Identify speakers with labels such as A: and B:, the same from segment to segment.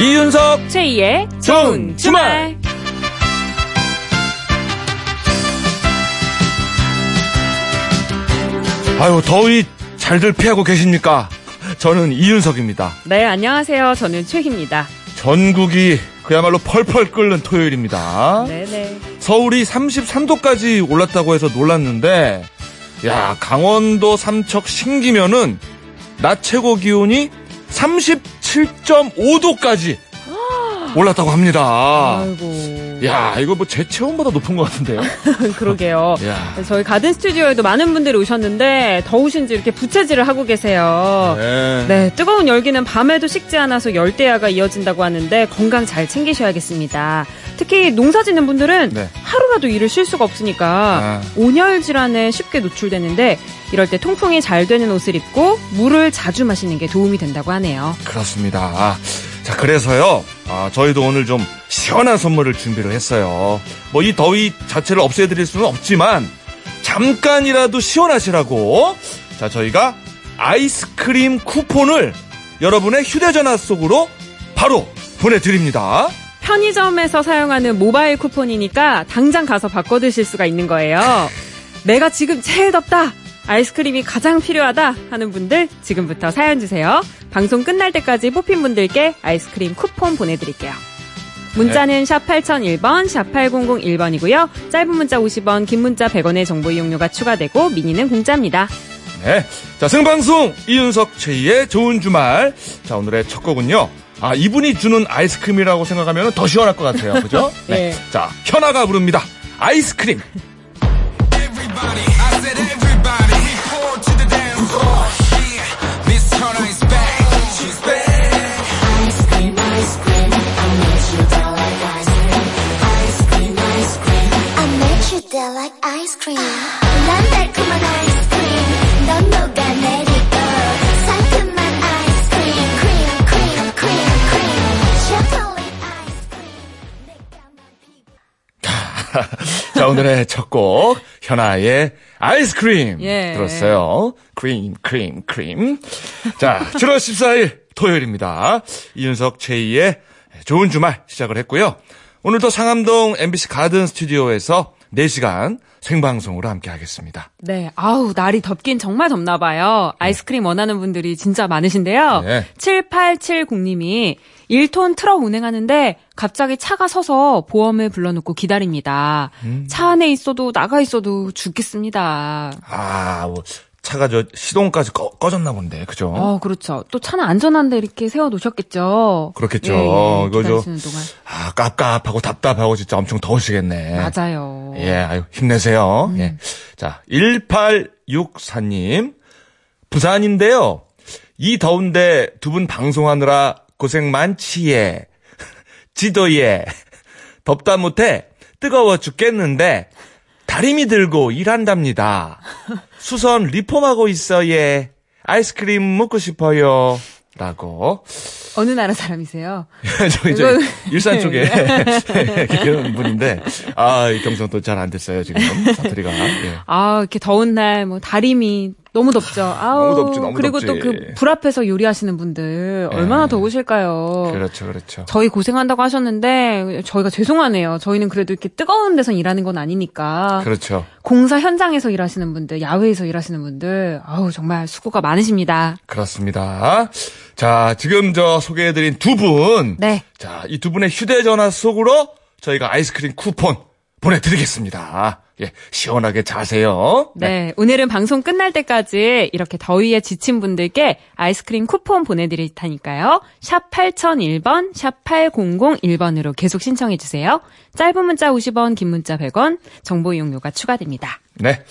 A: 이윤석
B: 최희의
A: 좋은 주말. 아유 더위 잘들 피하고 계십니까? 저는 이윤석입니다.
B: 네, 안녕하세요. 저는 최희입니다.
A: 전국이 그야말로 펄펄 끓는 토요일입니다.
B: 네네.
A: 서울이 33도까지 올랐다고 해서 놀랐는데 야 강원도 삼척 신기면은 낮 최고 기온이 37.5도까지 올랐다고 합니다.
B: 아이고.
A: 야 이거 뭐 제 체온보다 높은 것 같은데요.
B: 그러게요. 네,
A: 야.
B: 저희 가든 스튜디오에도 많은 분들이 오셨는데 더우신지 이렇게 부채질을 하고 계세요.
A: 네.
B: 네, 뜨거운 열기는 밤에도 식지 않아서 열대야가 이어진다고 하는데 건강 잘 챙기셔야겠습니다. 특히 농사 짓는 분들은
A: 네.
B: 하루라도 일을 쉴 수가 없으니까
A: 아.
B: 온열 질환에 쉽게 노출되는데 이럴 때 통풍이 잘 되는 옷을 입고 물을 자주 마시는 게 도움이 된다고 하네요.
A: 그렇습니다. 아, 자, 그래서요, 아, 저희도 오늘 좀 시원한 선물을 준비를 했어요. 뭐 이 더위 자체를 없애드릴 수는 없지만, 잠깐이라도 시원하시라고, 자, 저희가 아이스크림 쿠폰을 여러분의 휴대전화 속으로 바로 보내드립니다.
B: 편의점에서 사용하는 모바일 쿠폰이니까 당장 가서 바꿔 드실 수가 있는 거예요. 내가 지금 제일 덥다. 아이스크림이 가장 필요하다 하는 분들 지금부터 사연 주세요. 방송 끝날 때까지 뽑힌 분들께 아이스크림 쿠폰 보내드릴게요. 문자는 샵 8001번, 샵 8001번이고요. 짧은 문자 50원, 긴 문자 100원의 정보 이용료가 추가되고 미니는 공짜입니다.
A: 네. 자, 생방송 이윤석 최희의 좋은 주말. 자, 오늘의 첫 곡은요. 아, 이분이 주는 아이스크림이라고 생각하면 더 시원할 것 같아요. 그죠? 네.
B: 예.
A: 자, 현아가 부릅니다. 아이스크림.
C: everybody. I said everybody. He poured to the dance floor. Yeah, Miss Turner is back. She's back.
D: I met you there like ice cream. 난 달콤한 아이스크림. 넌 녹아내리고. 상큼한 아이스크림. 크림, 크림, 크림, 크림. 초콜릿 아이스크림. 내 까만 피부.
A: 자, 오늘의 첫 곡, 현아의 아이스크림.
B: 예.
A: 들었어요. 크림, 크림, 크림. 자, 7월 14일 토요일입니다. 이윤석 최희의 좋은 주말 시작을 했고요. 오늘도 상암동 MBC 가든 스튜디오에서 4시간 생방송으로 함께 하겠습니다.
B: 네, 아우, 날이 덥긴 정말 덥나 봐요. 아이스크림 원하는 분들이 진짜 많으신데요.
A: 네.
B: 7870님이 1톤 트럭 운행하는데 갑자기 차가 서서 보험을 불러놓고 기다립니다.
A: 음.
B: 차 안에 있어도 나가 있어도 죽겠습니다.
A: 아, 뭐, 차가 저 시동까지 꺼, 졌나 본데, 그죠?
B: 어, 그렇죠. 또 차는 안전한데 이렇게 세워놓으셨겠죠.
A: 그렇겠죠.
B: 예, 예,
A: 이거 저-
B: 기다리시는 동안.
A: 아, 깝깝하고 답답하고 진짜 엄청 더우시겠네.
B: 맞아요.
A: 예, 아유, 힘내세요. 예. 자, 1864님. 부산인데요. 이 더운데 두 분 방송하느라 고생 많지예. 지도예. 덥다 못해 뜨거워 죽겠는데 다림이 들고 일한답니다. 수선 리폼하고 있어예. 아이스크림 먹고 싶어요. 라고.
B: 어느 나라 사람이세요?
A: 저기 저
B: 이건- 네.
A: 일산 쪽에 이런 분인데 아이 경상도 잘 안 됐어요 지금 사투리가 예.
B: 아, 이렇게 더운 날, 뭐, 다림이 너무 덥죠. 아우.
A: 너무 덥지, 너무
B: 그리고 또
A: 덥지. 예.
B: 그 불 앞에서 요리하시는 분들, 얼마나 더우실까요?
A: 그렇죠 그렇죠
B: 저희 고생한다고 하셨는데, 저희가 죄송하네요. 저희는 그래도 이렇게 뜨거운 데서 일하는 건 아니니까.
A: 그렇죠
B: 공사 현장에서 일하시는 분들, 야외에서 일하시는 분들, 아우, 정말 수고가 많으십니다.
A: 그렇습니다 자 지금 저 소개해드린
B: 네.
A: 두분자이 두 분의 휴대전화 속으로 저희가 아이스크림 쿠폰 보내드리겠습니다 예 시원하게 자세요
B: 네. 오늘은 방송 끝날 때까지 이렇게 더위에 지친 분들께 아이스크림 쿠폰 보내드릴 테니까요. 샵 8001번, 샵 8001번으로 계속 신청해주세요. 짧은 문자 50원, 긴 문자 100원, 정보 이용료가 추가됩니다.
A: 네.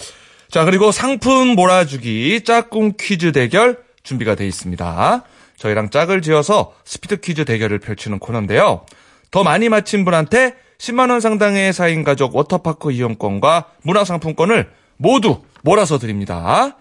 A: 자, 그리고 상품 몰아주기 짝꿍 퀴즈 대결 준비가 돼 있습니다. 저희랑 짝을 지어서 스피드 퀴즈 대결을 펼치는 코너인데요. 더 많이 맞힌 분한테 10만원 상당의 4인 가족 워터파크 이용권과 문화상품권을 모두 몰아서 드립니다.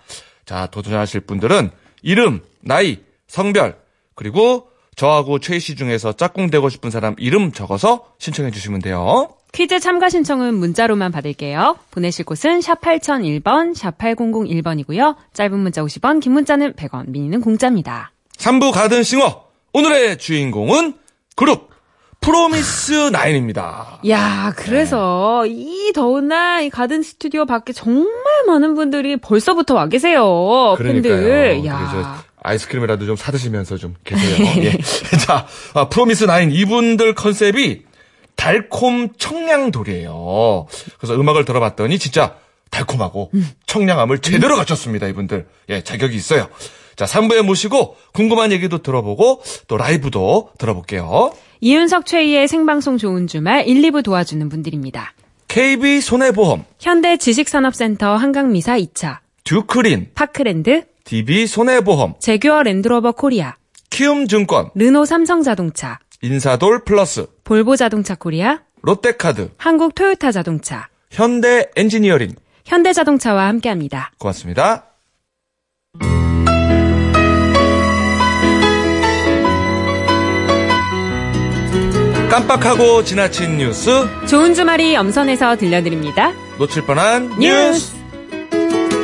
A: 자, 도전하실 분들은 이름, 나이, 성별, 그리고 저하고 최희 씨 중에서 짝꿍 되고 싶은 사람 이름 적어서 신청해 주시면 돼요.
B: 퀴즈 참가 신청은 문자로만 받을게요. 보내실 곳은 샵 8001번, 샵 8001번이고요. 짧은 문자 50원, 긴 문자는 100원, 미니는 공짜입니다.
A: 3부 가든 싱어 오늘의 주인공은 그룹 프로미스 나인입니다.
B: 야, 그래서 이 더운 날 이 가든 스튜디오 밖에 정말 많은 분들이 벌써부터 와 계세요. 팬들. 어, 야.
A: 아이스크림이라도 좀 사드시면서 좀 계세요. 예. 자, 아, 프로미스 나인 이분들 컨셉이 달콤 청량돌이에요. 그래서 음악을 들어봤더니 진짜 달콤하고 청량함을 제대로 갖췄습니다. 이분들. 예, 자격이 있어요. 자, 3부에 모시고 궁금한 얘기도 들어보고 또 라이브도 들어볼게요.
B: 이윤석 최희의 생방송 좋은 주말 1, 2부 도와주는 분들입니다.
A: KB 손해보험,
B: 현대 지식산업센터 한강미사 2차,
A: 듀크린,
B: 파크랜드,
A: DB 손해보험,
B: 제규어 랜드로버 코리아,
A: 키움증권,
B: 르노 삼성자동차,
A: 인사돌 플러스,
B: 볼보자동차 코리아,
A: 롯데카드,
B: 한국 토요타 자동차,
A: 현대 엔지니어링.
B: 현대자동차와 함께합니다.
A: 고맙습니다. 깜빡하고 지나친 뉴스
B: 좋은 주말이 엄선해서 들려드립니다. 네,
A: 놓칠 뻔한
B: 뉴스.
A: 뉴스.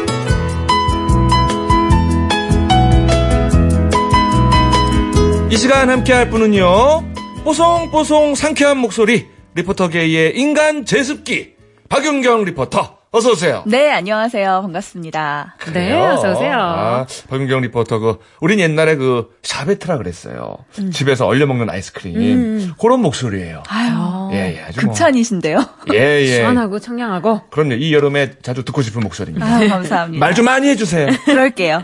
A: 이 시간 함께할 분은요 뽀송뽀송 상쾌한 목소리 리포터계의 인간 제습기 박윤경 리포터 어서 오세요.
E: 네, 안녕하세요. 반갑습니다.
B: 네,
A: 그래요.
B: 어서 오세요.
A: 아, 박윤경 리포터 그 우린 옛날에 그 샤베트라 그랬어요.
B: 음.
A: 집에서 얼려 먹는 아이스크림 그런 목소리예요.
E: 아유,
A: 예, 예, 아주 뭐-
E: 극찬이신데요?
A: 예, 예.
B: 시원하고 청량하고
A: 그럼요. 이 여름에 자주 듣고 싶은 목소리입니다.
E: 아유, 감사합니다.
A: 네. 말 네. 좀 많이 해주세요.
E: 그럴게요.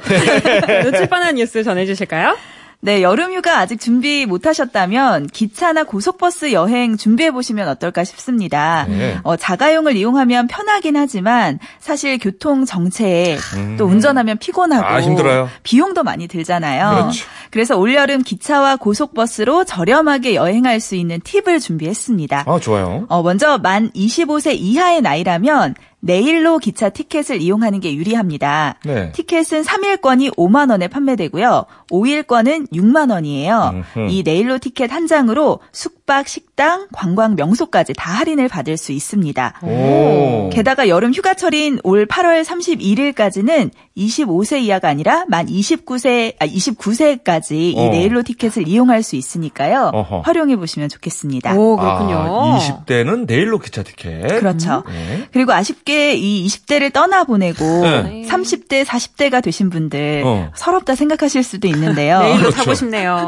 B: 놓칠 뻔한 뉴스 전해주실까요?
E: 네, 여름휴가 아직 준비 못하셨다면 기차나 고속버스 여행 준비해보시면 어떨까 싶습니다.
A: 네.
E: 어, 자가용을 이용하면 편하긴 하지만 사실 교통 정체에 또 운전하면 피곤하고
A: 음. 아, 힘들어요.
E: 비용도 많이 들잖아요.
A: 그렇죠.
E: 래서 올여름 기차와 고속버스로 저렴하게 여행할 수 있는 팁을 준비했습니다.
A: 아, 좋아요.
E: 어, 먼저 만 25세 이하의 나이라면 내일로 기차 티켓을 이용하는 게 유리합니다.
A: 네.
E: 티켓은 3일권이 5만 원에 판매되고요. 5일권은 6만 원이에요.
A: 음흠.
E: 이 내일로 티켓 한 장으로 숙박, 식당, 관광 명소까지 다 할인을 받을 수 있습니다.
A: 오.
E: 게다가 여름 휴가철인 올 8월 31일까지는 25세 이하가 아니라 만 29세 아 29세까지
A: 어.
E: 이 내일로 티켓을 이용할 수 있으니까요.
A: 어허.
E: 활용해 보시면 좋겠습니다.
B: 오, 그렇군요.
A: 네. 아, 20대는 내일로 기차 티켓.
E: 그렇죠.
A: 네.
E: 그리고 아쉽게 이 20대를 떠나보내고
A: 네.
E: 30대, 40대가 되신 분들
A: 어.
E: 서럽다 생각하실 수도 있는데요.
B: 내일로
A: 그렇죠.
B: 사고 싶네요.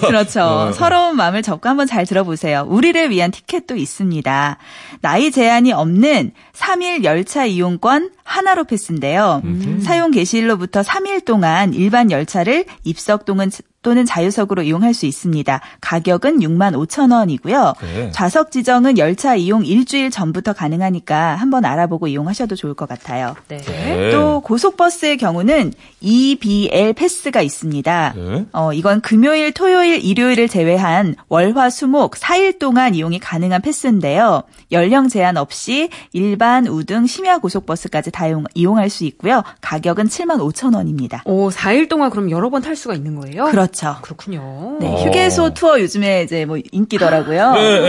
E: 그렇죠.
A: 어.
E: 서러운 마음을 접고 한번 잘 들어보세요. 우리를 위한 티켓도 있습니다. 나이 제한이 없는 3일 열차 이용권 하나로 패스인데요. 사용 개시일로부터 3일 동안 일반 열차를 입석 동은 또는 자유석으로 이용할 수 있습니다. 가격은 6만 5천 원이고요.
A: 네.
E: 좌석 지정은 열차 이용 일주일 전부터 가능하니까 한번 알아보고 이용하셔도 좋을 것 같아요.
B: 네.
E: 또 고속버스의 경우는 EBL 패스가 있습니다.
A: 네.
E: 어, 이건 금요일, 토요일, 일요일을 제외한 월화, 수목 4일 동안 이용이 가능한 패스인데요. 연령 제한 없이 일반, 우등, 심야 고속버스까지 다 이용, 이용할 수 있고요. 가격은 7만 5천 원입니다.
B: 오, 4일 동안 그럼 여러 번 탈 수가 있는 거예요? 아,
E: 그렇죠.
B: 군요
E: 네,
A: 어.
E: 휴게소 투어 요즘에 이제 뭐 인기더라고요.
A: 네, 네,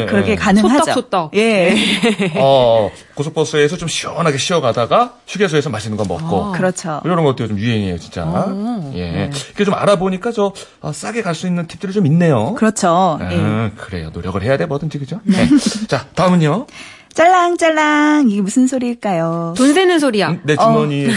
A: 네,
E: 그렇게
A: 네.
E: 가능하죠.
B: 소떡소떡. 네.
E: 예.
A: 어, 고속버스에서 좀 시원하게 쉬어가다가 휴게소에서 맛있는 거 먹고.
E: 그렇죠. 어, 네.
A: 이런 것도 요즘 유행이에요, 진짜. 예. 이게 좀 알아보니까 저 아, 싸게 갈 수 있는 팁들이 좀 있네요.
E: 그렇죠. 예.
A: 아, 그래요. 노력을 해야 돼, 뭐든지, 그죠? 네. 자, 다음은요.
E: 짤랑짤랑 이게 무슨 소리일까요?
B: 돈 세는 소리야.
E: 어.
A: 내 주머니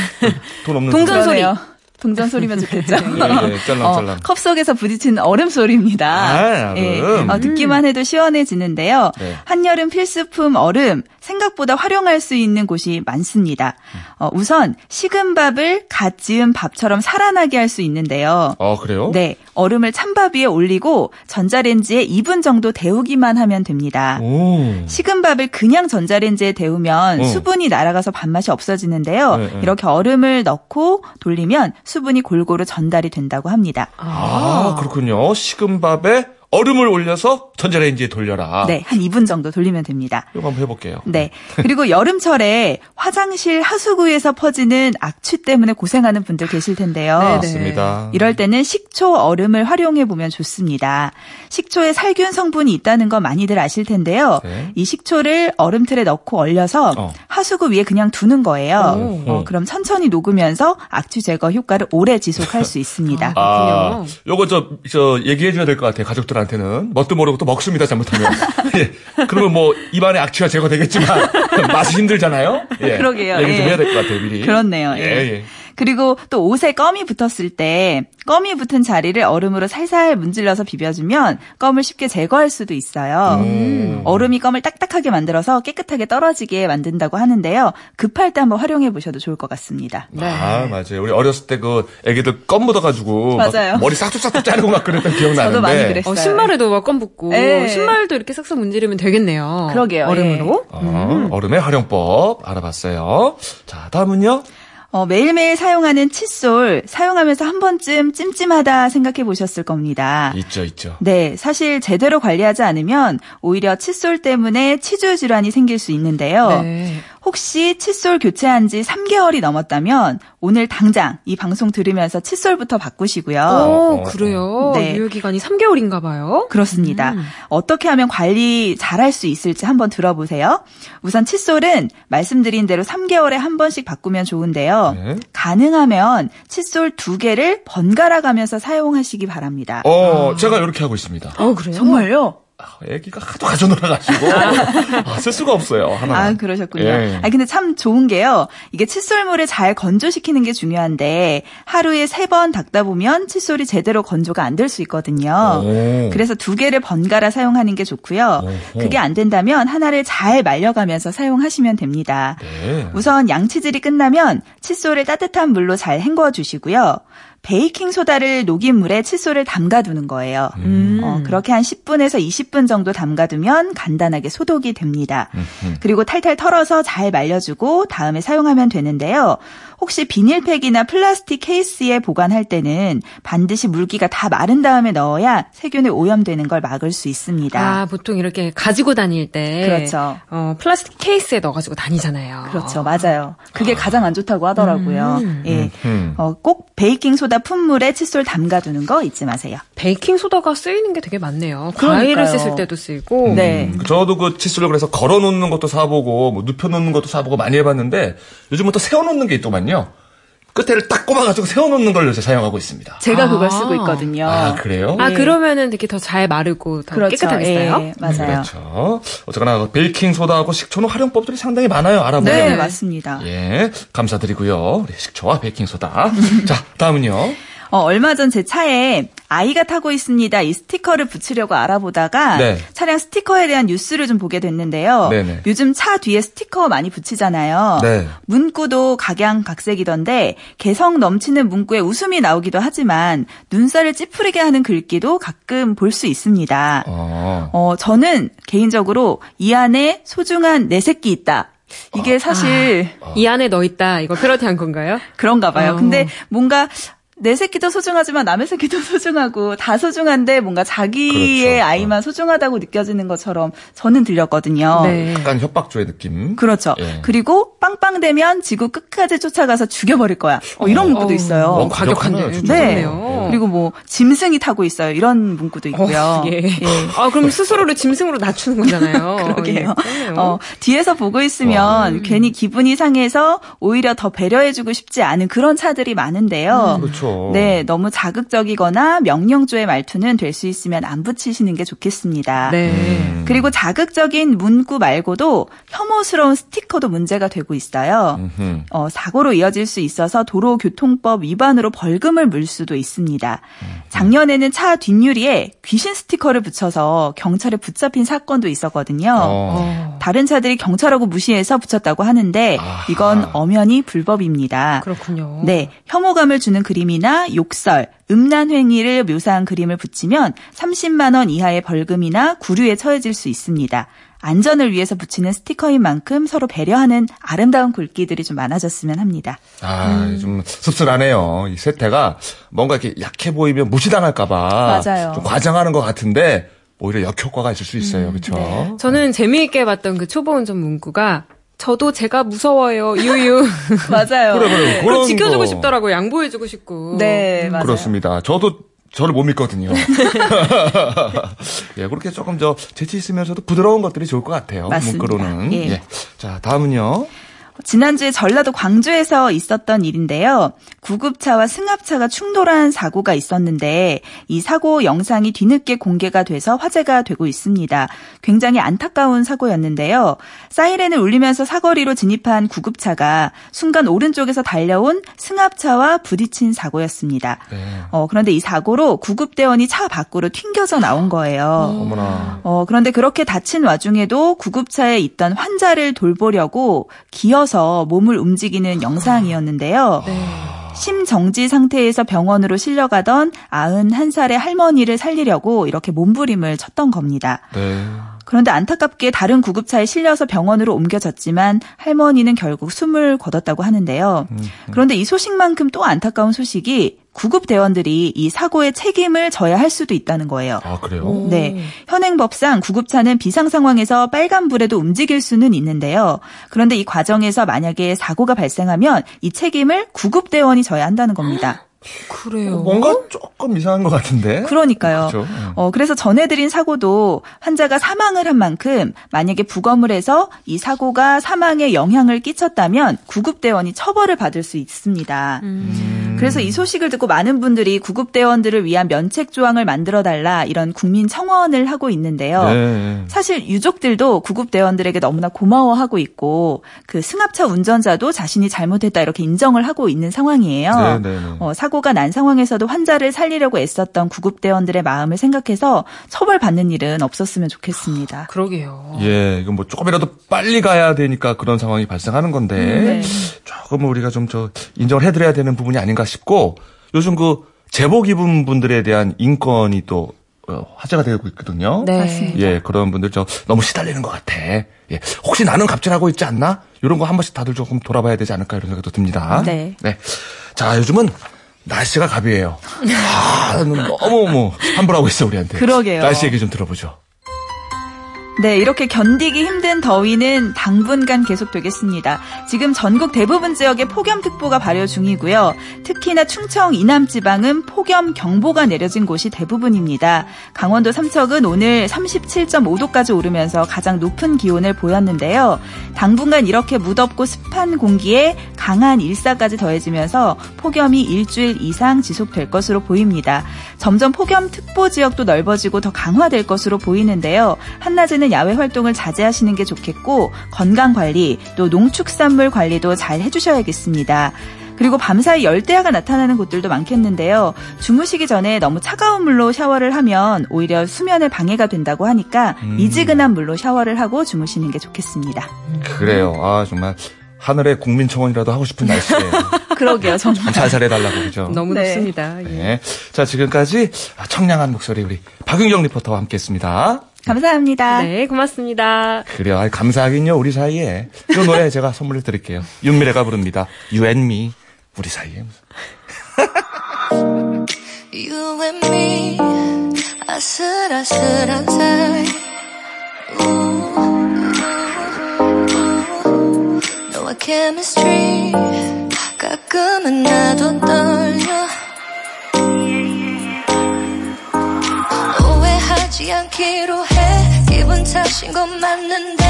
A: 돈 없는
B: 동전
A: 주머니.
B: 소리.
E: 그러네요. 동전 소리면 좋겠죠.
A: 예, 예, 짤랑짤랑.
E: 어, 컵 속에서 부딪힌 얼음 소리입니다.
A: 아,
E: 예.
A: 얼음.
E: 어, 듣기만 해도 시원해지는데요.
A: 네.
E: 한여름 필수품 얼음 생각보다 활용할 수 있는 곳이 많습니다. 어, 우선 식은 밥을 갓 지은 밥처럼 살아나게 할 수 있는데요.
A: 아, 그래요?
E: 네, 얼음을 찬밥 위에 올리고 전자레인지에 2분 정도 데우기만 하면 됩니다.
A: 오.
E: 식은 밥을 그냥 전자레인지에 데우면
A: 어.
E: 수분이 날아가서 밥맛이 없어지는데요.
A: 네, 네.
E: 이렇게 얼음을 넣고 돌리면 수분이 골고루 전달이 된다고 합니다.
A: 아, 그렇군요. 식은 밥에 얼음을 올려서 전자레인지에 돌려라.
E: 네, 한 2분 정도 돌리면 됩니다.
A: 이거 한번 해볼게요.
E: 네. 그리고 여름철에 화장실 하수구에서 퍼지는 악취 때문에 고생하는 분들 계실 텐데요.
B: 네, 네.
A: 맞습니다.
E: 이럴 때는 식초 얼음을 활용해 보면 좋습니다. 식초에 살균 성분이 있다는 거 많이들 아실 텐데요.
A: 네.
E: 이 식초를 얼음틀에 넣고 얼려서
A: 어.
E: 하수구 위에 그냥 두는 거예요.
A: 오.
E: 어, 그럼 천천히 녹으면서 악취 제거 효과를 오래 지속할 수 있습니다.
A: 아,
B: 그렇군요.
A: 요거 저, 저, 얘기해줘야 될 것 같아요. 가족들한테는. 뭣도 모르고 또 먹습니다, 잘못하면. 예. 그러면 뭐, 입안에 악취가 제거되겠지만, 맛이 힘들잖아요? 예.
E: 그러게요.
A: 얘기 좀
E: 예.
A: 해야 될 것 같아요, 미리.
E: 그렇네요.
A: 예,
E: 예.
A: 예.
E: 그리고 또 옷에 껌이 붙었을 때 껌이 붙은 자리를 얼음으로 살살 문질러서 비벼주면 껌을 쉽게 제거할 수도 있어요.
A: 음.
E: 얼음이 껌을 딱딱하게 만들어서 깨끗하게 떨어지게 만든다고 하는데요. 급할 때 한번 활용해 보셔도 좋을 것 같습니다.
B: 네.
A: 아, 맞아요. 우리 어렸을 때 그, 애기들 껌 묻어가지고. 막
E: 맞아요.
A: 머리 싹둑싹둑 자르고 막 그랬던 기억나는데.
E: 저도 많이 그랬어요.
B: 어, 신발에도 막 껌 붙고
E: 예.
B: 신발도 이렇게 싹싹 문지르면 되겠네요.
E: 그러게요.
B: 어,
E: 예.
B: 얼음으로.
A: 어, 얼음의 활용법 알아봤어요. 자, 다음은요?
E: 어, 매일매일 사용하는 칫솔 사용하면서 한 번쯤 찜찜하다 생각해 보셨을
B: 예.
E: 겁니다.
A: 있죠, 있죠.
E: 네, 사실 제대로 관리하지 않으면 오히려 칫솔 때문에 치주 질환이 생길 수 있는데요.
B: 네.
E: 혹시 칫솔 교체한 지 3개월이 넘었다면 오늘 당장 이 방송 들으면서 칫솔부터 바꾸시고요.
B: 오,
A: 어,
B: 그래요.
E: 네.
B: 유효 기간이 3개월인가 봐요.
E: 그렇습니다.
A: 음.
E: 어떻게 하면 관리 잘할 수 있을지 한번 들어보세요. 우선 칫솔은 말씀드린 대로 3개월에 한 번씩 바꾸면 좋은데요.
A: 네.
E: 가능하면 칫솔 두 개를 번갈아 가면서 사용하시기 바랍니다.
A: 어, 제가 이렇게 하고 있습니다.
B: 어, 그래요?
E: 정말요?
A: 아, 애기가 하도 가져 놀아가지고. 아, 쓸 수가 없어요, 하나.
E: 아, 그러셨군요.
A: 예.
E: 아, 근데 참 좋은 게요. 이게 칫솔물을 잘 건조시키는 게 중요한데 하루에 세 번 닦다 보면 칫솔이 제대로 건조가 안 될 수 있거든요.
A: 오.
E: 아, 어. 그래서 두 개를 번갈아 사용하는 게 좋고요.
A: 어허.
E: 그게 안 된다면 하나를 잘 말려가면서 사용하시면 됩니다.
A: 네.
E: 우선 양치질이 끝나면 칫솔을 따뜻한 물로 잘 헹궈 주시고요. 베이킹 소다를 녹인 물에 칫솔을 담가 두는 거예요. 어, 그렇게 한 10분에서 20분 정도 담가두면 간단하게 소독이 됩니다. 그리고 탈탈 털어서 잘 말려주고 다음에 사용하면 되는데요. 혹시 비닐팩이나 플라스틱 케이스에 보관할 때는 반드시 물기가 다 마른 다음에 넣어야 세균에 오염되는 걸 막을 수 있습니다.
B: 아, 보통 이렇게 가지고 다닐 때
E: 그렇죠.
B: 어, 플라스틱 케이스에 넣어 가지고 다니잖아요. 네.
E: 그렇죠, 맞아요. 그게 가장 안 좋다고 하더라고요. 예.
A: 음.
E: 어, 꼭 베이킹 소다 푼물에 칫솔 담가두는 거 잊지 마세요.
B: 베이킹 소다가 쓰이는 게 되게 많네요.
E: 그러니까요.
B: 과일을 씻을 때도 쓰이고.
E: 네.
A: 저도 그 칫솔로 그래서 걸어 놓는 것도 사보고, 뭐 눕혀 놓는 것도 사보고 많이 해봤는데, 요즘은 또 세워 놓는 게 있더만요. 끝에를 딱 꼽아가지고 세워 놓는 걸 요새 사용하고 있습니다.
E: 제가
B: 아.
E: 그걸 쓰고 있거든요.
A: 아, 그래요?
B: 아,
E: 예.
B: 그러면은 되게 더 잘 마르고 더
E: 그렇죠.
B: 깨끗하겠어요?
E: 예, 맞아요.
A: 그렇죠. 어쨌거나 베이킹 소다하고 식초는 활용법들이 상당히 많아요. 알아보면.
E: 네, 맞습니다.
A: 예, 감사드리고요. 우리 식초와 베이킹 소다. 자, 다음은요.
E: 어, 얼마 전 제 차에 아이가 타고 있습니다. 이 스티커를 붙이려고 알아보다가
A: 네.
E: 차량 스티커에 대한 뉴스를 좀 보게 됐는데요.
A: 네네.
E: 요즘 차 뒤에 스티커 많이 붙이잖아요.
A: 네.
E: 문구도 각양각색이던데 개성 넘치는 문구에 웃음이 나오기도 하지만 눈살을 찌푸리게 하는 글귀도 가끔 볼 수 있습니다.
A: 어.
E: 어, 저는 개인적으로 이 안에 소중한 내 새끼 있다.
A: 아.
E: 이게 사실
B: 이 안에 넣어 있다. 이거 패러디한 건가요?
E: 그런가 봐요.
B: 어.
E: 근데 뭔가 내 새끼도 소중하지만 남의 새끼도 소중하고 다 소중한데 뭔가 자기의
A: 그렇죠.
E: 아이만 소중하다고 느껴지는 것처럼 저는 들렸거든요.
B: 네.
A: 약간 협박조의 느낌.
E: 그렇죠.
A: 예.
E: 그리고 빵빵되면 지구 끝까지 쫓아가서 죽여버릴 거야. 어, 이런 문구도
B: 어우,
E: 있어요.
A: 어,
B: 과격한데.
A: 과격하네요, 진짜.
E: 네.
B: 좋네요.
E: 그리고 뭐 짐승이 타고 있어요. 이런 문구도
B: 어,
E: 있고요.
B: 예.
E: 예.
B: 아, 그럼 스스로를 짐승으로 낮추는 거잖아요.
E: 그러게요.
B: 예, 그러네요.
E: 어, 뒤에서 보고 있으면
A: 어, 예.
E: 괜히 기분이 상해서 오히려 더 배려해주고 싶지 않은 그런 차들이 많은데요.
A: 그렇죠.
E: 네, 너무 자극적이거나 명령조의 말투는 될 수 있으면 안 붙이시는 게 좋겠습니다.
B: 네.
A: 음.
E: 그리고 자극적인 문구 말고도 혐오스러운 스티커도 문제가 되고 있어요.
A: 음흠.
E: 어, 사고로 이어질 수 있어서 도로교통법 위반으로 벌금을 물 수도 있습니다.
A: 음.
E: 작년에는 차 뒷유리에 귀신 스티커를 붙여서 경찰에 붙잡힌 사건도 있었거든요.
A: 어.
E: 다른 차들이 경찰하고 무시해서 붙였다고 하는데
A: 아하.
E: 이건 엄연히 불법입니다.
B: 그렇군요.
E: 네, 혐오감을 주는 그림이나 욕설, 음란 행위를 묘사한 그림을 붙이면 30만 원 이하의 벌금이나 구류에 처해질 수 있습니다. 안전을 위해서 붙이는 스티커인 만큼 서로 배려하는 아름다운 글귀들이 좀 많아졌으면 합니다.
A: 아, 좀 씁쓸하네요. 이 세태가 뭔가 이렇게 약해 보이면 무시당할까봐
E: 맞아요.
A: 좀 과장하는 것 같은데 오히려 역효과가 있을 수 있어요.
E: 음,
A: 그렇죠?
E: 네.
B: 저는 재미있게 봤던 그 초보 운전 문구가 저도 제가 무서워요. 유유.
E: 맞아요.
A: 그래, 그래. 그런
B: 그걸 지켜주고
A: 거.
B: 싶더라고. 양보해주고 싶고.
E: 네, 맞아요.
A: 그렇습니다. 저도 저를 못 믿거든요. 예, 그렇게 조금 저 재치 있으면서도 부드러운 것들이 좋을 것 같아요.
E: 맞습니다.
A: 문구로는.
E: 예.
A: 자, 다음은요.
E: 지난주에 전라도 광주에서 있었던 일인데요. 구급차와 승합차가 충돌한 사고가 있었는데 이 사고 영상이 뒤늦게 공개가 돼서 화제가 되고 있습니다. 굉장히 안타까운 사고였는데요. 사이렌을 울리면서 사거리로 진입한 구급차가 순간 오른쪽에서 달려온 승합차와 부딪힌 사고였습니다.
A: 네.
E: 어, 그런데 이 사고로 구급대원이 차 밖으로 튕겨서 나온 거예요.
A: 어머나.
E: 어, 그런데 그렇게 다친 와중에도 구급차에 있던 환자를 돌보려고 기어서 몸을 움직이는 영상이었는데요. 심정지 상태에서 병원으로 실려가던 91살의 할머니를 살리려고 이렇게 몸부림을 쳤던 겁니다.
A: 네.
E: 그런데 안타깝게 다른 구급차에 실려서 병원으로 옮겨졌지만 할머니는 결국 숨을 거뒀다고 하는데요. 그런데 이 소식만큼 또 안타까운 소식이 구급대원들이 이 사고의 책임을 져야 할 수도 있다는 거예요.
A: 아, 그래요?
E: 네. 현행법상 구급차는 비상 상황에서 빨간불에도 움직일 수는 있는데요. 그런데 이 과정에서 만약에 사고가 발생하면 이 책임을 구급대원이 져야 한다는 겁니다.
F: 그래요.
A: 뭔가 조금 이상한 것 같은데.
E: 어? 그러니까요.
A: 그렇죠. 음.
E: 어, 그래서 전해드린 사고도 환자가 사망을 한 만큼 만약에 부검을 해서 이 사고가 사망에 영향을 끼쳤다면 구급대원이 처벌을 받을 수 있습니다. 그래서 이 소식을 듣고 많은 분들이 구급대원들을 위한 면책 조항을 만들어 달라 이런 국민 청원을 하고 있는데요.
A: 네.
E: 사실 유족들도 구급대원들에게 너무나 고마워하고 있고 그 승합차 운전자도 자신이 잘못했다 이렇게 인정을 하고 있는 상황이에요.
A: 네, 네, 네.
E: 어, 사고가 난 상황에서도 환자를 살리려고 애썼던 구급대원들의 마음을 생각해서 처벌받는 일은 없었으면 좋겠습니다.
F: 그러게요.
A: 예, 이건 뭐 조금이라도 빨리 가야 되니까 그런 상황이 발생하는
E: 음,
A: 건데
E: 네.
A: 조금 우리가 좀 저 인정을 해드려야 되는 부분이 아닌가 싶고 요즘 그 제복 입은 분들에 대한 인권이 또 어, 화제가 되고 있거든요.
F: 네.
E: 맞습니다.
A: 예, 그런 분들 저 너무 시달리는 것 같아. 예, 혹시 나는 갑질하고 있지 않나? 이런 거 한 번씩 다들 조금 돌아봐야 되지 않을까 이런 생각도 듭니다.
E: 네.
A: 자, 요즘은 날씨가 갑이에요. 아, 너무 뭐 환불하고 있어 우리한테.
E: 그러게요.
A: 날씨 얘기 좀 들어보죠.
E: 네, 이렇게 견디기 힘든 더위는 당분간 계속되겠습니다. 지금 전국 대부분 지역에 폭염특보가 발효 중이고요. 특히나 충청 이남 지방은 폭염 경보가 내려진 곳이 대부분입니다. 강원도 삼척은 오늘 37.5도까지 오르면서 가장 높은 기온을 보였는데요. 당분간 이렇게 무덥고 습한 공기에 강한 일사까지 더해지면서 폭염이 일주일 이상 지속될 것으로 보입니다. 점점 폭염 특보 지역도 넓어지고 더 강화될 것으로 보이는데요. 한낮에는 야외 활동을 자제하시는 게 좋겠고 건강 관리 또 농축산물 관리도 잘 해주셔야겠습니다. 그리고 밤사이 열대야가 나타나는 곳들도 많겠는데요. 주무시기 전에 너무 차가운 물로 샤워를 하면 오히려 수면에 방해가 된다고 하니까 미지근한 물로 샤워를 하고 주무시는 게 좋겠습니다.
A: 그래요. 아 정말 하늘의 국민청원이라도 하고 싶은 날씨에
E: 그러게요, 정말.
A: 잘살해 달라고 그죠.
B: 너무
E: 네.
B: 좋습니다. 예.
A: 네. 자 지금까지 청량한 목소리 우리 박윤경 리포터와 함께했습니다.
E: 감사합니다.
B: 네, 고맙습니다.
A: 그래요. 아, 감사하긴요. 우리 사이에 이 노래 제가 선물을 드릴게요. 윤미래가 부릅니다. You and me 우리 사이에.
G: You and me 아슬아슬한 사이 우우, 우우. 너와 chemistry 가끔은 나도 떨려 오해하지 않기로 해 기분 탓인 건 맞는데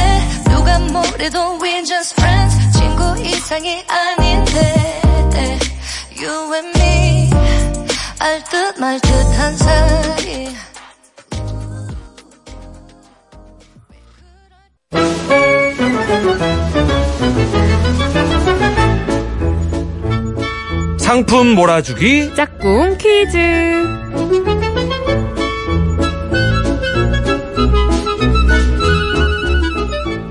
G: 누가 뭐래도 we just friends 친구 이상이 아닌데 You and me 알 듯 말 듯한 사이
A: 상품 몰아주기
B: 짝꿍 퀴즈.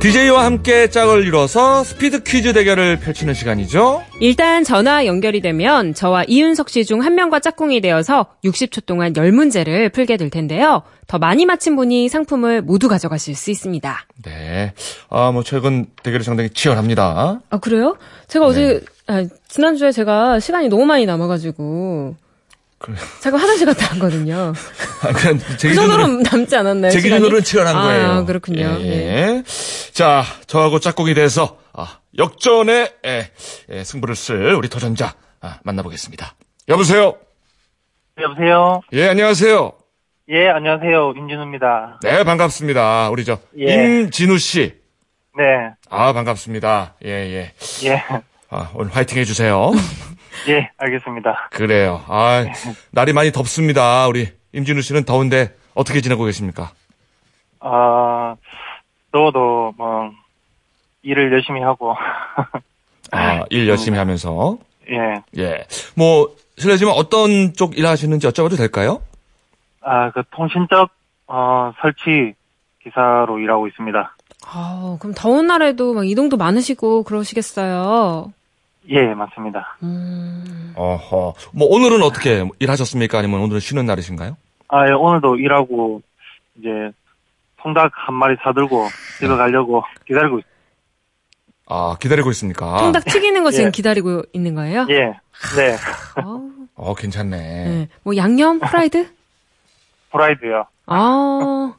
A: DJ와 함께 짝을 이뤄서 스피드 퀴즈 대결을 펼치는 시간이죠.
B: 일단 전화 연결이 되면 저와 이윤석 씨 중 한 명과 짝꿍이 되어서 60초 동안 10문제를 풀게 될 텐데요. 더 많이 맞힌 분이 상품을 모두 가져가실 수 있습니다.
A: 네. 아, 뭐 최근 대결이 상당히 치열합니다.
B: 아, 그래요? 제가 어제,
A: 네.
B: 아, 지난주에 제가 시간이 너무 많이 남아가지고.
A: 그래요?
B: 잠깐 화장실 갔다 왔거든요.
A: 아, 그냥 제
B: 그 정도로 남지 않았나요?
A: 제
B: 시간이?
A: 기준으로는 치열한
B: 아,
A: 거예요.
B: 그렇군요.
A: 예,
B: 예.
A: 예. 자, 저하고 짝꿍이 돼서 아, 역전의 예, 예, 승부를 쓸 우리 도전자 아, 만나보겠습니다. 여보세요.
H: 여보세요.
A: 예, 안녕하세요.
H: 예, 안녕하세요. 민준우입니다.
A: 네, 반갑습니다. 우리 저
H: 예.
A: 임진우 씨.
H: 네,
A: 아, 반갑습니다. 예, 예.
H: 예,
A: 아, 오늘 화이팅 해주세요.
H: 예, 알겠습니다.
A: 그래요. 아, 날이 많이 덥습니다. 우리 임진우 씨는 더운데 어떻게 지내고 계십니까?
H: 아, 저도 뭐 일을 열심히 하고,
A: 아, 일 열심히 하면서.
H: 예,
A: 예. 뭐, 실례지만 어떤 쪽 일하시는지 여쭤봐도 될까요?
H: 아, 그 통신적 어, 설치 기사로 일하고 있습니다.
B: 아, 그럼 더운 날에도 막 이동도 많으시고 그러시겠어요.
H: 예, 맞습니다.
B: 음.
A: 어허. 뭐, 오늘은 어떻게 일하셨습니까? 아니면 오늘은 쉬는 날이신가요?
H: 아, 예, 오늘도 일하고 이제 통닭 한 마리 사들고 집에 가려고 기다리고 있...
A: 아, 기다리고 있습니까?
B: 통닭 튀기는 거 지금
H: 예.
B: 기다리고 있는 거예요?
H: 예, 네,
B: 어우,
A: 어, 괜찮네.
B: 네. 뭐 양념 프라이드?
H: 프라이드요.
B: 아.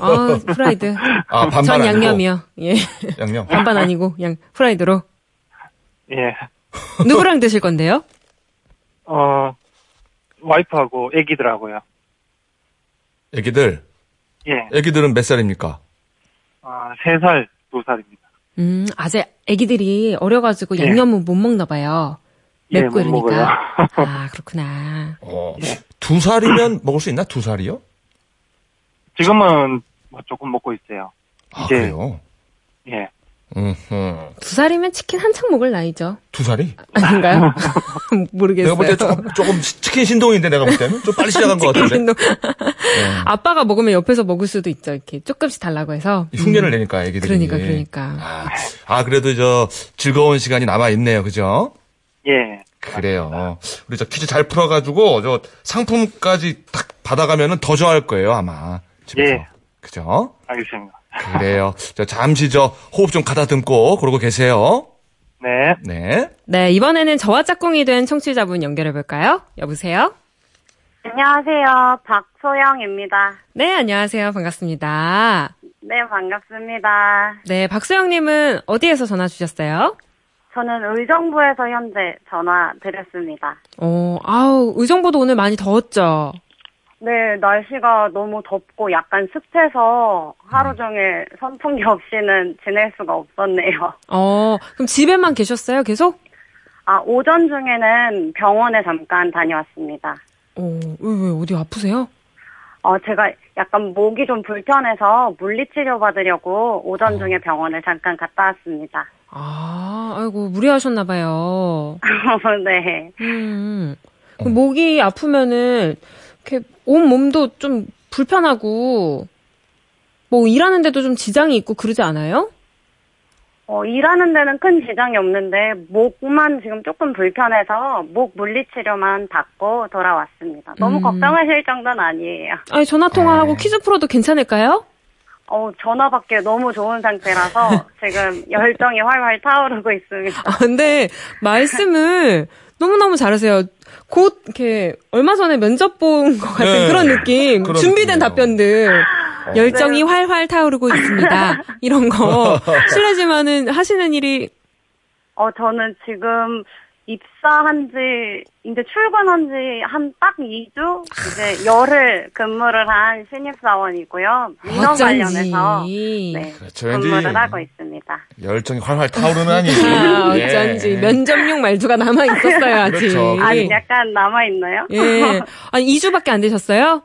B: 아, 프라이드.
A: 아, 반반
B: 전
A: 아니고.
B: 양념이요. 예.
A: 양념.
B: 반반 아니고 양 프라이드로.
H: 예,
B: 누구랑 드실 건데요?
H: 어, 와이프하고 애기들하고요.
A: 애기들.
H: 예,
A: 애기들은 몇 살입니까?
H: 아, 세 살, 두 살입니다.
B: 음, 아직 아기들이 어려가지고
H: 예.
B: 양념은 못 먹나 봐요.
H: 예,
B: 맵고
H: 못 먹어요.
B: 이러니까. 아, 그렇구나.
A: 어. 두 살이면 먹을 수 있나? 두 살이요?
H: 지금은 뭐 조금 먹고 있어요.
A: 아,
H: 네.
A: 그래요?
H: 예.
A: 음흠.
B: 두 살이면 치킨 한창 먹을 나이죠.
A: 두 살이?
B: 아닌가요? 모르겠어요.
A: 내가 볼 때 조금, 조금 시- 치킨 신동인데 내가 볼 때는 좀 빨리 시작한 것 같은데. 네.
B: 치킨도- 아빠가 먹으면 옆에서 먹을 수도 있죠. 이렇게 조금씩 달라고 해서.
A: 이 흉내를 내니까 애기들이.
B: 그러니까, 그러니까.
A: 아, 아, 그래도 저 즐거운 시간이 남아 있네요, 그죠?
H: 예.
A: 그래요. 우리 저 퀴즈 잘 풀어가지고 저 상품까지 딱 받아가면은 더 좋아할 거예요 아마 집에서.
H: 예.
A: 그죠?
H: 알겠습니다.
A: 그래요. 저 잠시 저 호흡 좀 가다듬고 그러고 계세요.
H: 네.
A: 네.
B: 네, 이번에는 저와 짝꿍이 된 청취자분 연결해볼까요? 여보세요?
F: 안녕하세요. 박소영입니다.
B: 네, 안녕하세요. 반갑습니다.
F: 네, 반갑습니다.
B: 네, 박소영님은 어디에서 전화 주셨어요?
F: 저는 의정부에서 현재 전화 드렸습니다.
B: 어, 아우, 의정부도 오늘 많이 더웠죠?
F: 네, 날씨가 너무 덥고 약간 습해서 하루 종일 선풍기 없이는 지낼 수가 없었네요.
B: 어, 그럼 집에만 계셨어요, 계속?
F: 아, 오전 중에는 병원에 잠깐 다녀왔습니다.
B: 어, 왜, 왜, 어디 아프세요?
F: 어, 제가 약간 목이 좀 불편해서 물리치료 받으려고 오전 중에 병원을 잠깐 갔다 왔습니다.
B: 아, 아이고, 무리하셨나봐요.
F: 네.
B: 음. 그 목이 아프면은 이렇게 온 몸도 좀 불편하고 뭐 일하는데도 좀 지장이 있고 그러지 않아요?
F: 어, 일하는 데는 큰 지장이 없는데, 목만 지금 조금 불편해서, 목 물리치료만 받고 돌아왔습니다. 너무
B: 음.
F: 걱정하실 정도는 아니에요.
B: 아니 전화 통화하고
A: 네.
B: 퀴즈 풀어도 괜찮을까요?
F: 어, 전화 받기 너무 좋은 상태라서, 지금 열정이 활활 타오르고 있습니다.
B: 아, 근데 말씀을 너무너무 잘하세요. 곧 이렇게 얼마 전에 면접 본 것 같은
A: 네.
B: 그런 느낌.
A: 그런
B: 준비된
A: 느낌이에요. 어.
B: 답변들.
F: 네.
B: 열정이 활활 타오르고 있습니다. 이런 거. 실례지만은 하시는 일이
F: 어, 저는 지금 입사한 지, 이제 출근한 지 한 딱 2주? 이제 열흘 근무를 한 신입사원이고요. 민원
B: 어쩐지.
F: 관련해서, 네,
A: 그렇죠. 왠지
F: 근무를 하고 있습니다.
A: 열정이 활활 타오르나니.
B: 아,
A: 예.
B: 어쩐지 면접용 말투가 남아 있었어요 아직.
A: 그렇죠.
F: 아, 약간 남아있나요?
B: 예. 아니 2주밖에 안 되셨어요?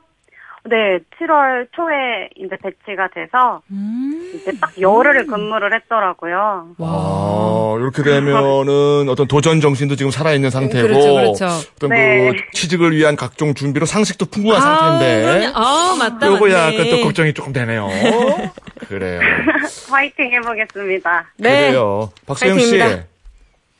F: 네, 7월 초에 이제 배치가 돼서
B: 음.
F: 이제 딱 열흘을 근무를 했더라고요.
B: 와.
A: 아, 이렇게 되면은 어떤 도전 정신도 지금 살아있는 상태고.
B: 그렇죠, 그렇죠.
A: 어떤
F: 네.
A: 그 취직을 위한 각종 준비로 아, 상식도 풍부한
B: 아, 그러네.
A: 상태인데.
B: 아, 맞다.
A: 요거
B: 맞네.
A: 약간 또 걱정이 조금 되네요. 그래요.
F: 화이팅 해보겠습니다.
B: 네.
A: 그래요. 박소영 씨.
B: 파이팅입니다.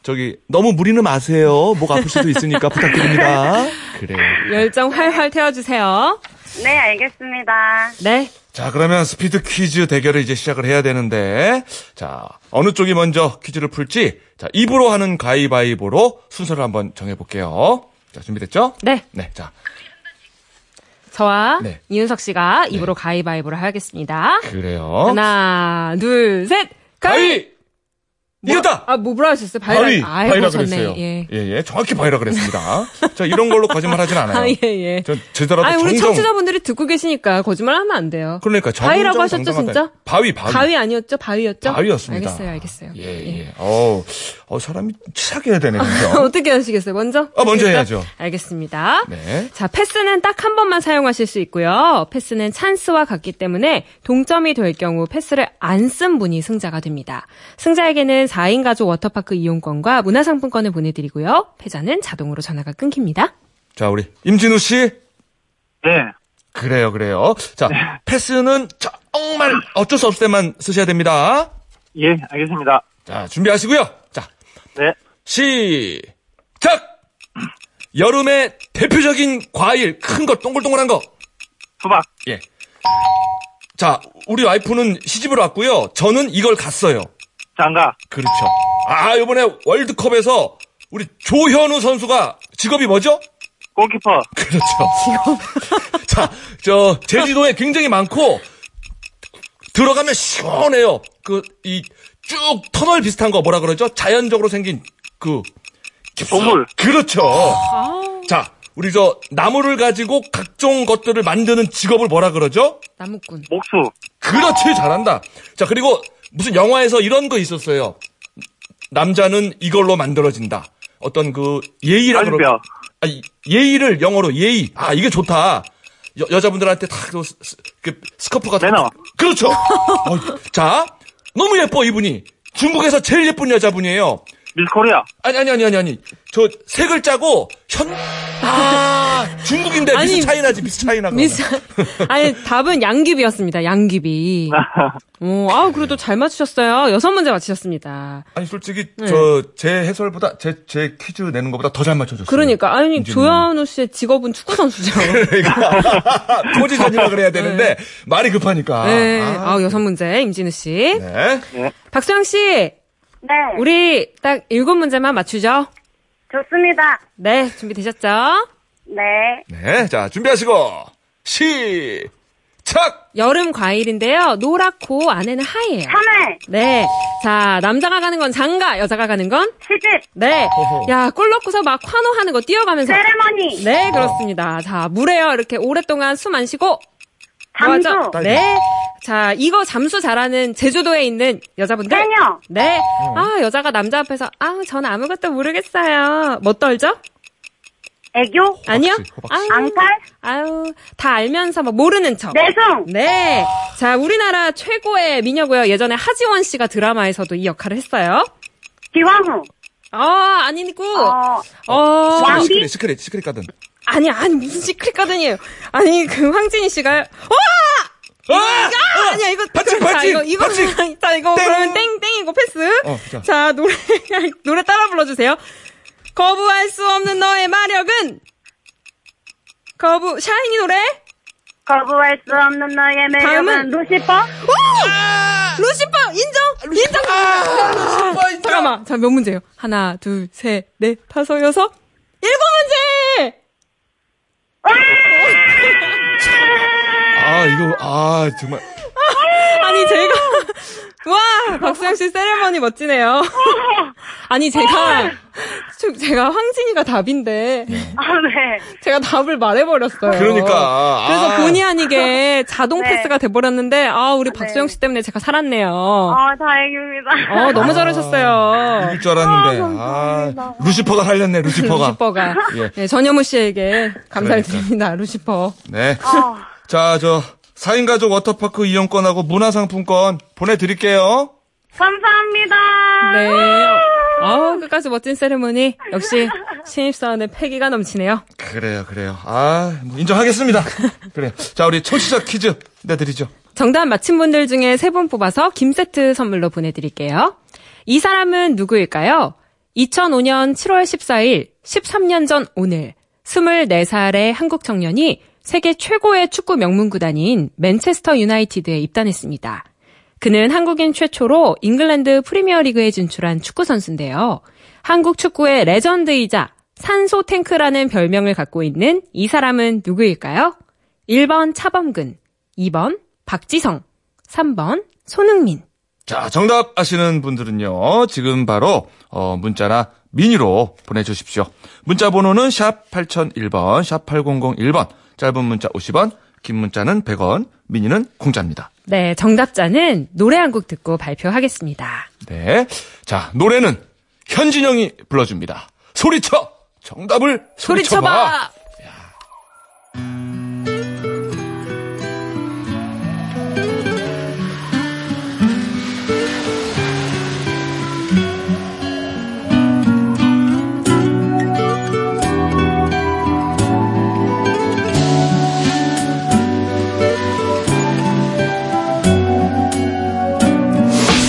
A: 저기 너무 무리는 마세요. 목 아플 수도 있으니까 부탁드립니다. 그래요.
B: 열정 활활 태워주세요.
F: 네, 알겠습니다.
B: 네.
A: 자, 그러면 스피드 퀴즈 대결을 이제 시작을 해야 되는데, 자, 어느 쪽이 먼저 퀴즈를 풀지, 자, 입으로 하는 가위바위보로 순서를 한번 정해볼게요. 자, 준비됐죠?
B: 네.
A: 네, 자,
B: 저와
A: 네. 어?
B: 이윤석 씨가 입으로 가위바위보를 하겠습니다.
A: 그래요.
B: 하나, 둘, 셋. 가위!
A: 이겼다!
B: 아, 뭐 뭐라 하셨어요? 바이라,
A: 바위!
B: 아이고,
A: 바위라
B: 좋네.
A: 그랬어요.
B: 예.
A: 예, 예. 정확히 바위라 그랬습니다. 자, 이런 걸로 거짓말 하진 않아요.
B: 아, 예, 예.
A: 전 제대로
B: 아니, 우리
A: 정정.
B: 청취자분들이 듣고 계시니까 거짓말 하면 안 돼요.
A: 그러니까 정정
B: 바위라고 하셨죠,
A: 정당하다.
B: 진짜?
A: 바위, 바위.
B: 바위 아니었죠? 바위였죠?
A: 바위였습니다.
B: 알겠어요, 알겠어요.
A: 예, 예. 어우, 어, 사람이 치사하게 해야 되네, 그죠?
B: 어떻게 하시겠어요? 먼저? 그러니까?
A: 아, 먼저
B: 알겠어요?
A: 해야죠.
B: 알겠습니다.
A: 네.
B: 자, 패스는 딱 한 번만 사용하실 수 있고요. 패스는 찬스와 같기 때문에 동점이 될 경우 패스를 안 쓴 분이 승자가 됩니다. 승자에게는 4인 가족 워터파크 이용권과 문화상품권을 보내드리고요. 패자는 자동으로 전화가 끊깁니다.
A: 자, 우리 임진우 씨.
H: 네.
A: 그래요, 그래요. 자, 패스는 정말 어쩔 수 없을 때만 쓰셔야 됩니다.
H: 예, 알겠습니다.
A: 자, 준비하시고요. 자,
H: 네.
A: 시작! 여름의 대표적인 과일, 큰 거, 동글동글한 거.
H: 수박.
A: 예. 자, 우리 와이프는 시집을 왔고요. 저는 이걸 갔어요.
H: 장가.
A: 그렇죠. 아, 요번에 월드컵에서 우리 조현우 선수가 직업이 뭐죠?
H: 골키퍼.
A: 그렇죠. 자, 저 제주도에 굉장히 많고 들어가면 시원해요. 그 이 쭉 터널 비슷한 거 뭐라 그러죠? 자연적으로 생긴 그
H: 보물.
A: 그렇죠. 자, 우리 저 나무를 가지고 각종 것들을 만드는 직업을 뭐라 그러죠?
B: 나무꾼.
H: 목수.
A: 그렇지 잘한다. 자, 그리고 무슨 영화에서 이런 거 있었어요. 남자는 이걸로 만들어진다. 어떤 그 예의라고
H: 갈비뼈.
A: 그러- 아, 이- 예의를 영어로 예의. 아, 이게 좋다. 여, 자분들한테다 그, 스- 스- 그 스커프 같은
H: 매너.
A: 그렇죠. 어, 자, 너무 예뻐 이분이. 중국에서 제일 예쁜 여자분이에요.
H: 미스코리아.
A: 아니 아니 아니 아니 아니. 저 세 글자고 현 아, 중국인데
B: 아니,
A: 미스 차이나지 미스 차이나. 그러면.
B: 미스. 아니, 답은 양귀비였습니다. 양귀비. 오, 아우, 그래도 잘 맞추셨어요. 여섯 문제 맞추셨습니다.
A: 아니 솔직히
B: 네.
A: 저 제 해설보다 제 제 퀴즈 내는 것보다 더 잘 맞춰줬어요.
B: 그러니까. 아니,
A: 이제는.
B: 조현우 씨의 직업은 축구선수죠.
A: 그러니까 포지션이라 그래야 되는데 말이 급하니까.
B: 네.
A: 아,
B: 아우, 여섯 문제. 임진우 씨.
A: 네.
B: 박수영 씨,
F: 네.
B: 우리 딱 일곱 문제만 맞추죠?
F: 좋습니다.
B: 네, 준비되셨죠?
F: 네.
A: 네. 자 준비하시고 시작.
B: 여름 과일인데요. 노랗고 안에는 하얘요.
F: 참외,
B: 네. 자, 남자가 가는 건 장가, 여자가 가는 건?
F: 시집,
B: 네. 야, 꿀 넣고서 막 환호 하는 거 뛰어가면서.
F: 세레머니,
B: 네, 그렇습니다. 자, 물에요. 이렇게 오랫동안 숨 안 쉬고. 뭐
F: 잠수,
B: 뭐하죠? 네. 자, 이거 잠수 잘하는 제주도에 있는 여자분들.
F: 세녀,
B: 네.
A: 어.
B: 아, 여자가 남자 앞에서, 아, 전 아무것도 모르겠어요. 뭐 떨죠?
F: 애교,
B: 아니요?
A: 호박씨.
B: 아유,
F: 앙탈,
B: 아유, 다 알면서 막 모르는 척.
F: 내숭,
B: 네. 자, 우리나라 최고의 미녀고요. 예전에 하지원 씨가 드라마에서도 이 역할을 했어요.
F: 기왕후,
B: 아, 아니고.
F: 어,
B: 어,
F: 왕비?
A: 시크릿 시크릿 시크릿 가든.
B: 아니, 아니, 무슨 시크릿 가든이에요. 아니, 그 황진희 씨가,
A: 아!
B: 와! 아! 아니야, 이거.
A: 반칙,
B: 자,
A: 반칙,
B: 이거, 이거.
A: 반칙!
B: 자, 이거
A: 땡!
B: 그러면 땡, 땡이고 패스.
A: 어,
B: 자.
A: 자.
B: 노래, 노래 따라 불러주세요. 거부할 수 없는 너의 마력은? 거부, 샤이니 노래?
F: 거부할 수 없는 너의
B: 다음은?
F: 매력은 루시퍼,
B: 아, 루시퍼 아, 인정 인정 잠깐만 자 몇 문제요 하나 둘셋넷 다섯 여섯 일곱 문제
A: 아 이거 아 정말
B: 아니 제가 와 박수영 씨 세레머니 멋지네요 아니 제가 저- 제가 황진이가 답인데
F: 아, 네.
B: 제가 답을 말해버렸어요
A: 그러니까.
B: 그래서
A: 아.
B: 본의 아니게 자동
F: 네.
B: 패스가 돼버렸는데 아 우리 박수영 씨 때문에 제가 살았네요 어
F: 어, 다행입니다.
B: 너무 잘하셨어요
A: 이길 줄 알았는데. 아, 루시퍼가 살렸네 아. 루시퍼가.
B: 그 루시퍼가
A: 예.
B: 예, 전현무 씨에게 감사를
A: 그러니까.
B: 드립니다. 루시퍼.
A: 네.
F: 어,
A: 자 저 4인 가족 워터파크 이용권하고 문화상품권 보내드릴게요.
F: 감사합니다.
B: 네. 아 끝까지 멋진 세레모니 역시 신입사원의 패기가 넘치네요.
A: 그래요, 그래요. 아, 뭐 인정하겠습니다. 그래요. 자, 우리 청취자 퀴즈 내드리죠.
B: 정답 맞힌 분들 중에 세 분 뽑아서 김세트 선물로 보내드릴게요. 이 사람은 누구일까요? 2005년 7월 14일, 13년 전 오늘, 24살의 한국 청년이 세계 최고의 축구 명문 구단인 맨체스터 유나이티드에 입단했습니다. 그는 한국인 최초로 잉글랜드 프리미어리그에 진출한 축구 선수인데요. 한국 축구의 레전드이자 산소 탱크라는 별명을 갖고 있는 이 사람은 누구일까요? 1번 차범근, 2번 박지성, 3번 손흥민.
A: 자, 정답 아시는 분들은요. 지금 바로 어, 문자나 미니로 보내 주십시오. 문자 번호는 샵 8001번, 샵 8001번. 짧은 문자 50원, 긴 문자는 100원, 미니는 공짜입니다.
B: 네, 정답자는 노래 한 곡 듣고 발표하겠습니다.
A: 네. 자, 노래는 현진영이 불러줍니다. 소리쳐! 정답을 소리쳐봐!
B: 소리쳐봐!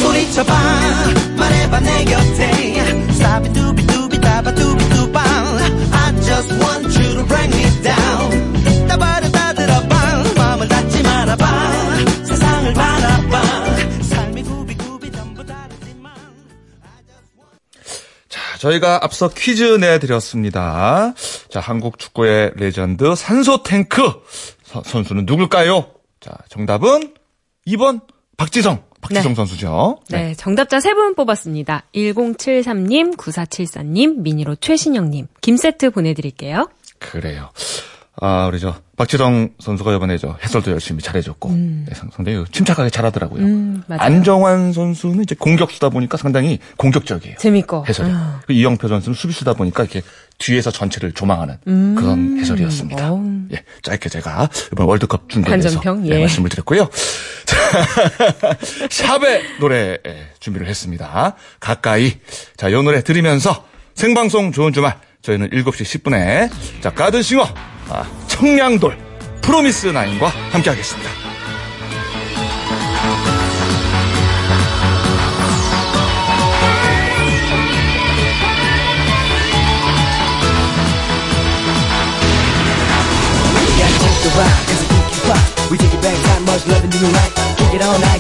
I: 소리쳐봐 말해봐 내 곁에 사비두비두비 다바두비두바 I just want you to bring me down 따바를 다 들어봐 마음을 닫지 말아봐 세상을 바라봐 삶이 구비구비 전부 다르지만
A: 자, 저희가 앞서 퀴즈 내드렸습니다. 자, 한국 축구의 레전드 산소탱크 서- 선수는 누굴까요? 자, 정답은 2번 박지성. 박지성
B: 네.
A: 선수죠.
B: 네, 정답자 세 분 뽑았습니다. 1073님, 9474님, 미니로 최신영님, 김세트 보내드릴게요.
A: 그래요. 아, 우리 저 박지성 선수가 이번에 저 해설도 열심히 잘해줬고 네, 상- 상당히 침착하게 잘하더라고요.
B: 음, 맞아요.
A: 안정환 선수는 이제 공격수다 보니까 상당히 공격적이에요.
B: 재밌고.
A: 해설이.
B: 아.
A: 그 이영표 선수는 수비수다 보니까 이렇게 뒤에서 전체를 조망하는 그런 해설이었습니다.
B: 음. 어우.
A: 예, 짧게 제가 이번 월드컵 중계에서
B: 간전평,
A: 네,
B: 예.
A: 말씀을 드렸고요. 자, 샵의 노래 예, 준비를 했습니다. 가까이 자, 이 노래 들으면서 생방송 좋은 주말 저희는 7시 10분에 자 가든싱어 아, 청량돌 프로미스 나인과 함께하겠습니다.
I: We take it back time much loving do you right kick it all night